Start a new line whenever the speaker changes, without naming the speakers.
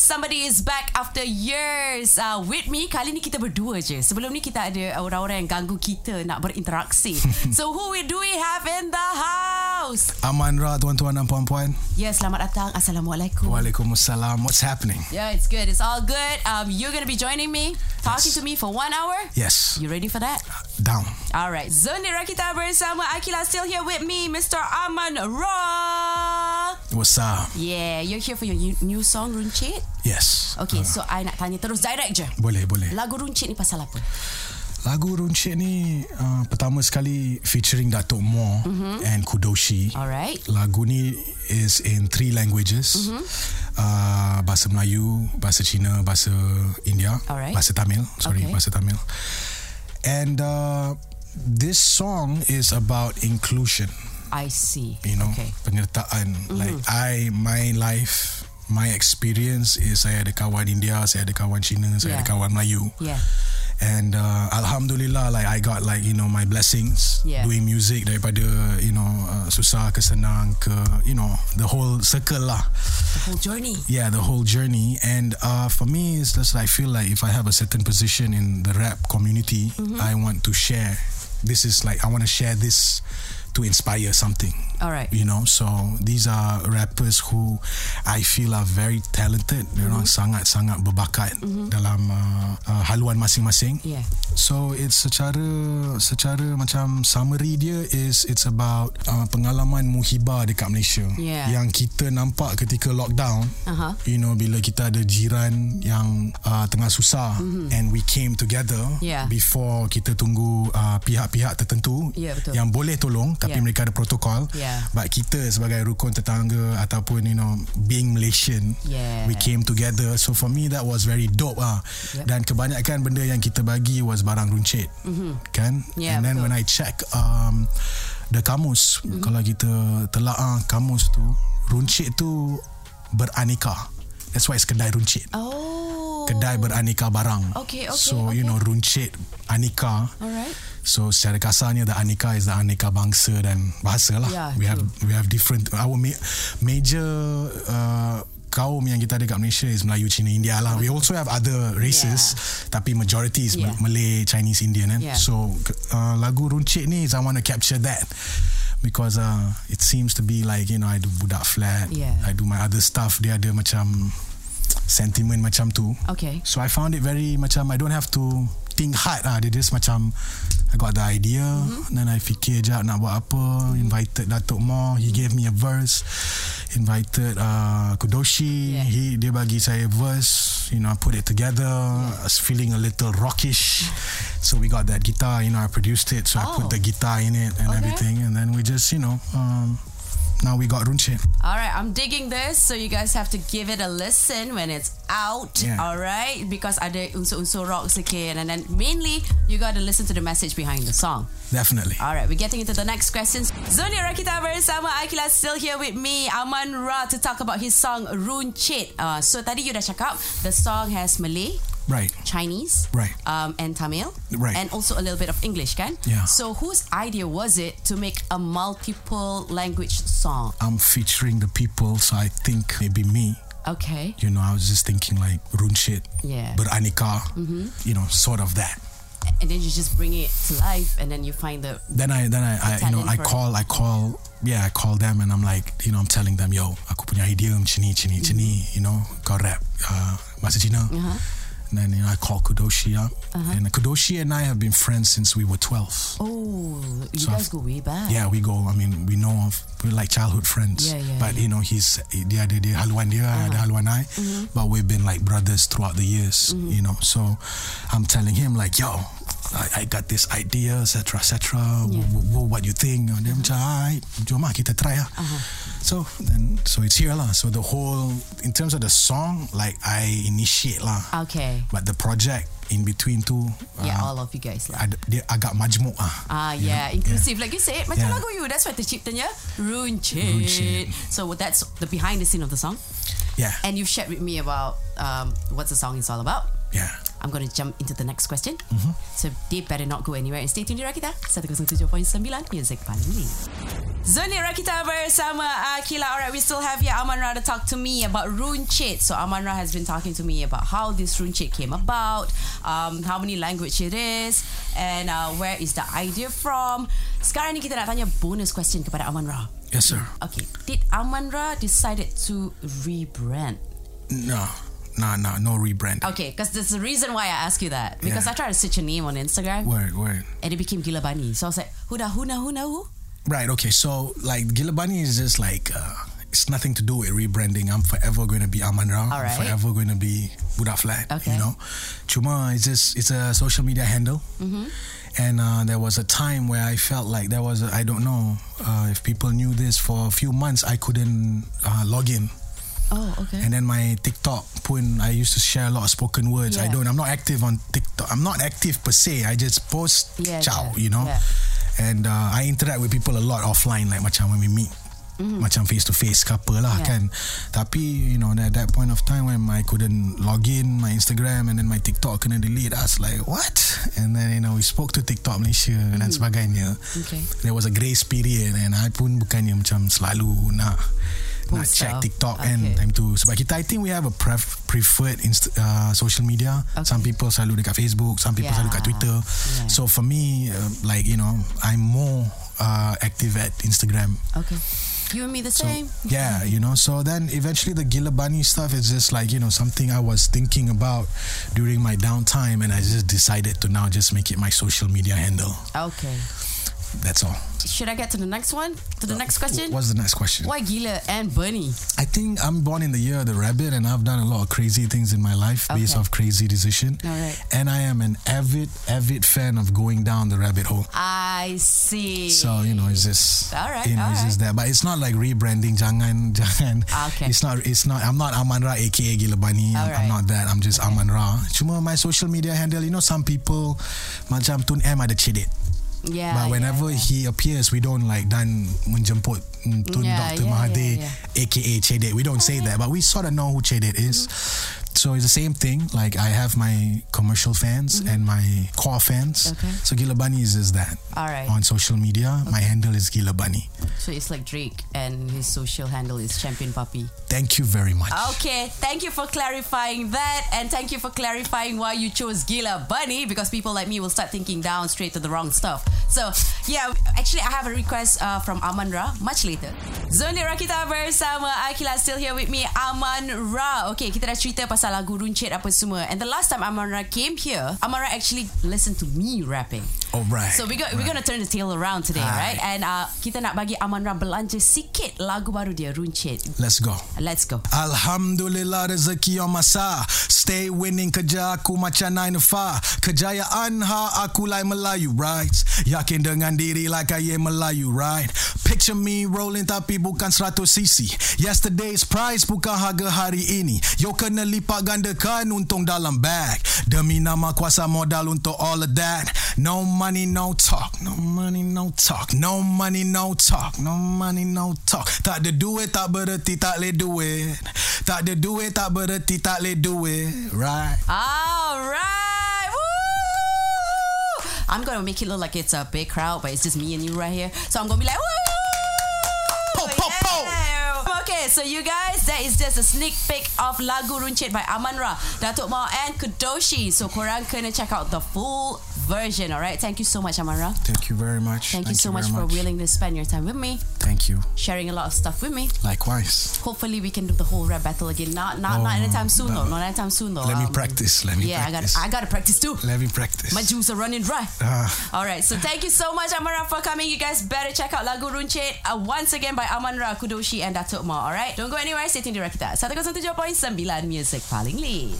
Somebody is back after years uh, with me. Kali ni kita berdua je. Sebelum ni kita ada orang-orang yang ganggu kita nak berinteraksi. so who we do we have in the house?
Aman Ra, tuan-tuan dan puan-puan.
Ya, yeah, selamat datang. Assalamualaikum.
Waalaikumsalam. What's happening?
Yeah, it's good. It's all good. Um, you're going to be joining me, talking to me for one hour.
Yes,
You ready for that?
down.
All right. Zonira kita bersama Akila still here with me, Mr. Aman Ra.
What's up?
Yeah, you're here for your new- new song Runcit.
Yes.
Okay, so I nak tanya terus direct je.
Boleh, boleh.
Lagu Runcit ni pasal apa?
Lagu Runcit ni uh, pertama sekali featuring Datuk Mo
Mm-hmm.
and Kudoshi.
Alright.
Lagu ni is in three languages.
Mm-hmm.
Uh, bahasa Melayu, bahasa Cina, bahasa India,
Alright.
bahasa Tamil.
Okay.
Sorry, bahasa Tamil. And uh, this song is about inclusion.
I see.
you know
Okay. Mm-hmm.
penyertaan like I my life my experience is saya ada kawan India saya ada kawan Cina saya ada
Yeah.
kawan Melayu
Yeah.
and uh, alhamdulillah like I got like you know my blessings
Yeah.
doing music daripada you know uh, susah ke senang ke you know the whole circle lah
The whole journey.
yeah the whole journey and uh, for me it's just I feel like if I have a certain position in the rap community
Mm-hmm.
I want to share this is like I want to share this to inspire something
Alright.
you know so these are rappers who I feel are very talented mm-hmm. orang sangat-sangat berbakat dalam uh, uh, haluan masing-masing
Yeah.
So it's secara secara macam summary dia is it's about uh, pengalaman muhibah dekat Malaysia
Yeah.
yang kita nampak ketika lockdown.
Aha.
You know bila kita ada jiran yang uh, tengah susah mm-hmm. and we came together
Mhm. Yeah.
before kita tunggu uh, pihak-pihak tertentu
Yeah, Ya, betul.
yang boleh tolong tapi
Yeah.
mereka ada protokol.
Yeah.
But kita sebagai rukun tetangga ataupun you know being Malaysian
Yeah.
we came together. So for me that was very dope ah.
Yep.
Dan kebanyakan benda yang kita bagi was barang runcit. Mm-hmm. Kan?
Yeah,
And then
betul.
when I check um the kamus, mm-hmm. kalau kita telaah kamus tu, runcit tu beraneka. That's why it's kedai runcit.
Oh.
Kedai beraneka barang.
Okay, okay,
So
okay.
you know runcit aneka.
Alright.
So secara kasarnya the aneka is the aneka bangsa dan bahasa lah.
Yeah,
we
Ya, true.
have we have different our ma- major uh, kaum yang kita ada kat Malaysia is Melayu, Cina, India lah. We also have other races tapi majority is
Yeah.
yeah. Malay, Chinese, Indian kan.
Yeah.
So ke- uh, lagu runcit ni is I want to capture that because uh, it seems to be like you know I do budak flat,
Yeah.
I do my other stuff dia ada macam sentiment macam tu.
Okay.
So I found it very macam I don't have to think hard lah. Dia just macam I got the idea mm-hmm. then I fikir je nak buat apa. Invited Datuk Mo,
Mm-hmm.
he gave me a verse. Invited uh, Kudoshi,
Yeah.
he dia bagi saya verse. You know, I put it together. I was feeling a little rockish. So we got that guitar, you know, I produced it. So I
Oh.
put the guitar in it and
Okay.
everything and then we just, you know, um, now we got Runchin.
Alright, I'm digging this. So you guys have to give it a listen when it's out.
Yeah.
Alright, because ada unsur-unsur rock sikit, and then mainly you got to listen to the message behind the song.
Definitely.
Alright, we're getting into the next questions. Zonia Rakita bersama Akila still here with me, Aman Ra, to talk about his song Runcit. Uh, so tadi you dah cakap, the song has Malay,
Right.
Chinese,
Right.
um, and Tamil,
Right.
and also a little bit of English, kan?
Yeah.
So whose idea was it to make a multiple language song?
I'm featuring the people so I think maybe me
Okay.
you know, I was just thinking like runcit,
Yeah. Mm-hmm.
beranika, you know, sort of that.
And then you just bring it to life, and then you find the
Then I, then I, I you know,
Italian
I
for it.
call, I call, yeah, I call them and I'm like, you know, I'm telling them, yo, aku punya idea macam ni, macam ni, macam ni, you know, kau rap uh, bahasa Cina.
Mm-hmm. Uh-huh.
And then you know, I call Kudoshi up, and Kudoshi and I have been friends since we were 12.
oh, you
So
guys
I've-
go way back.
Yeah, we go. I mean, we know of we're like childhood friends.
Yeah, yeah, Uh-huh.
but you know, he's dia ada dia haluan dia, I ada haluan I.
Mm-hmm.
But we've been like brothers throughout the years. You know, so I'm telling him like, yo. I, I got this idea, etc., etc.
Yeah.
W- w- what you think? And then macam, alright, jom lah kita try lah.
Uh-huh.
So then, so it's here lah. So the whole, in terms of the song, like I initiate lah.
Okay.
But the project in between tu,
Yeah,
uh,
all of you guys lah.
ada, dia agak majmuk lah.
Ah
You
yeah,
know?
inclusive like you said macam
Yeah.
lagu you that's why terciptanya
Runcit.
Runcit. So that's the behind the scene of the song.
Yeah,
And you've shared with me about um, what the song is all about.
yeah.
I'm going to jump into the next question. So they better not go anywhere and stay tuned di Rakita 107.9 Music Paling Lee. Zonira kita bersama Akila. Alright, we still have here Amanra to talk to me about Runcit. So Amanra has been talking to me about how this Runcit came about, um, how many language it is, and uh, where is the idea from. Sekarang ni kita nak tanya bonus question kepada Amanra.
Yes, sir.
Okay, did Amanra decided to rebrand?
No, no, no, no rebrand.
Okay, because there's a reason why I ask you that. Because
Yeah.
I tried to search your name on Instagram
Word, word.
and it became Gila Bani. So I was like, who da who na who na who?
Right. Okay. So like Gilabani is just like uh, it's nothing to do with rebranding. I'm forever going to be Aman Ra. I'm
Alright.
forever going to be Buddha Flat.
Okay.
You know, Chuma it's just it's a social media handle.
Mm-hmm.
And uh, there was a time where I felt like there was I I don't know uh, if people knew this for a few months I couldn't uh, log in.
Oh, okay.
And then my TikTok pun I used to share a lot of spoken words. I
Yeah.
don't I'm not active on TikTok. I'm not active per se. I just post
Yeah,
ciao,
yeah,
you know.
yeah.
And uh, I interact with people a lot offline like macam when we meet. Macam face to face couple lah
Mm-hmm. Yeah.
kan Tapi you know At that point of time When I couldn't log in My Instagram And then my TikTok Kena delete I was like What? And then you know We spoke to TikTok Malaysia Dan sebagainya
Mm-hmm. Okay.
There was a grace period And I pun bukannya Macam selalu nak Nak
Post lah.
check TikTok
Okay.
And time tu sebab kita I think we have a pref- preferred inst- uh, social media
Okay.
some people selalu dekat Facebook some people
Yeah.
selalu kat Twitter
Yeah.
so for me uh, like you know I'm more uh, active at Instagram
Okay. You and me the
so
same.
yeah you know so then eventually the Gila Bunny stuff is just like you know something I was thinking about during my downtime and I just decided to now just make it my social media handle
Okay.
that's all
Should I get to the next one? To
Uh,
the next question?
what's the next question
Why Gila and Bunny?
I think I'm born in the year of the rabbit, and I've done a lot of crazy things in my life based
Okay.
off crazy decision.
Alright.
And I am an avid, avid fan of going down the rabbit hole.
I see.
So you know, it's just
Alright,
you know, it's just that. But it's not like rebranding. Jangan, jangan.
Ah, okay.
It's not. It's not. I'm not Aman Ra, aka Gilabani. I'm, I'm
Alright.
not that. I'm just Aman Ra. Cuma my social media handle. You know, some people macam Tun M ada cedit.
yeah.
But whenever
yeah,
he appears, we don't like dan menjemput mm, to
Yeah, yeah,
Dr. Mahathir,
yeah,
aka Chedet. We don't say that, but we sort of know who Chedet is.
Mm-hmm.
So it's the same thing. Like I have my commercial fans and my core fans.
Mm-hmm. Okay.
So Gila Bunny is just that.
All right.
On social media, my handle is Gila Bunny.
So it's like Drake and his social handle is Champion Puppy.
Thank you very much.
Okay, thank you for clarifying that, and thank you for clarifying why you chose Gila Bunny because people like me will start thinking down straight to the wrong stuff. So, yeah, actually, I have a request uh, from Aman Ra much later. Zonira kita bersama Akila still here with me, Aman Ra. Okay, kita dah cerita pasal lagu runcit apa semua, and the last time Aman Ra came here, Aman Ra actually listened to me rapping.
All right.
So we go, we're gonna turn the tail around today, right?
Alright.
And uh, kita nak bagi Aman Ra belanja sikit lagu baru dia runcit.
Let's go.
Let's go.
Alhamdulillah rezeki on masa Stay winning kerja aku macam 9 to 5 Kejayaan ha aku like Melayu right Yakin dengan diri like I am Melayu right Picture me rolling tapi bukan 100 cc Yesterday's price bukan harga hari ini Yo kena lipat gandakan untung dalam bag Demi nama kuasa modal untuk all of that No money no talk No money no talk No money no talk No money no talk Tak ada duit tak bererti tak boleh duit Tak ada duit tak bererti tak boleh duit Right
Alright. Woo! I'm gonna make it look like it's a big crowd, but it's just me and you right here. So I'm gonna be like, woo!
Oh, Po, po, po!
Yeah. Okay, so you guys, that is just a sneak peek of Lagu Runcit by Amanra, Datuk Mao and Kudoshi. So korang kena check out the full version, alright? Thank you so much, Amanra.
Thank you very much
Thank, you so much,
very
for willing to spend your time with me,
Thank you
sharing a lot of stuff with me.
Likewise
Hopefully, we can do the whole rap battle again. Not not, not
Oh,
anytime soon, though.
no.
Not anytime soon, though.
Let me
Um,
practice Let me
Yeah, I
practice
got I gotta practice too.
Let me practice
My juice are running dry.
Ah.
All right, so thank you so much, Amara, for coming. You guys better check out Lagu Runcit uh, once again by Amanra, Kudoshi and Datuk Ma. All right, don't go anywhere. Stay tuned di Rakita. 107.9 Music Paling Lead.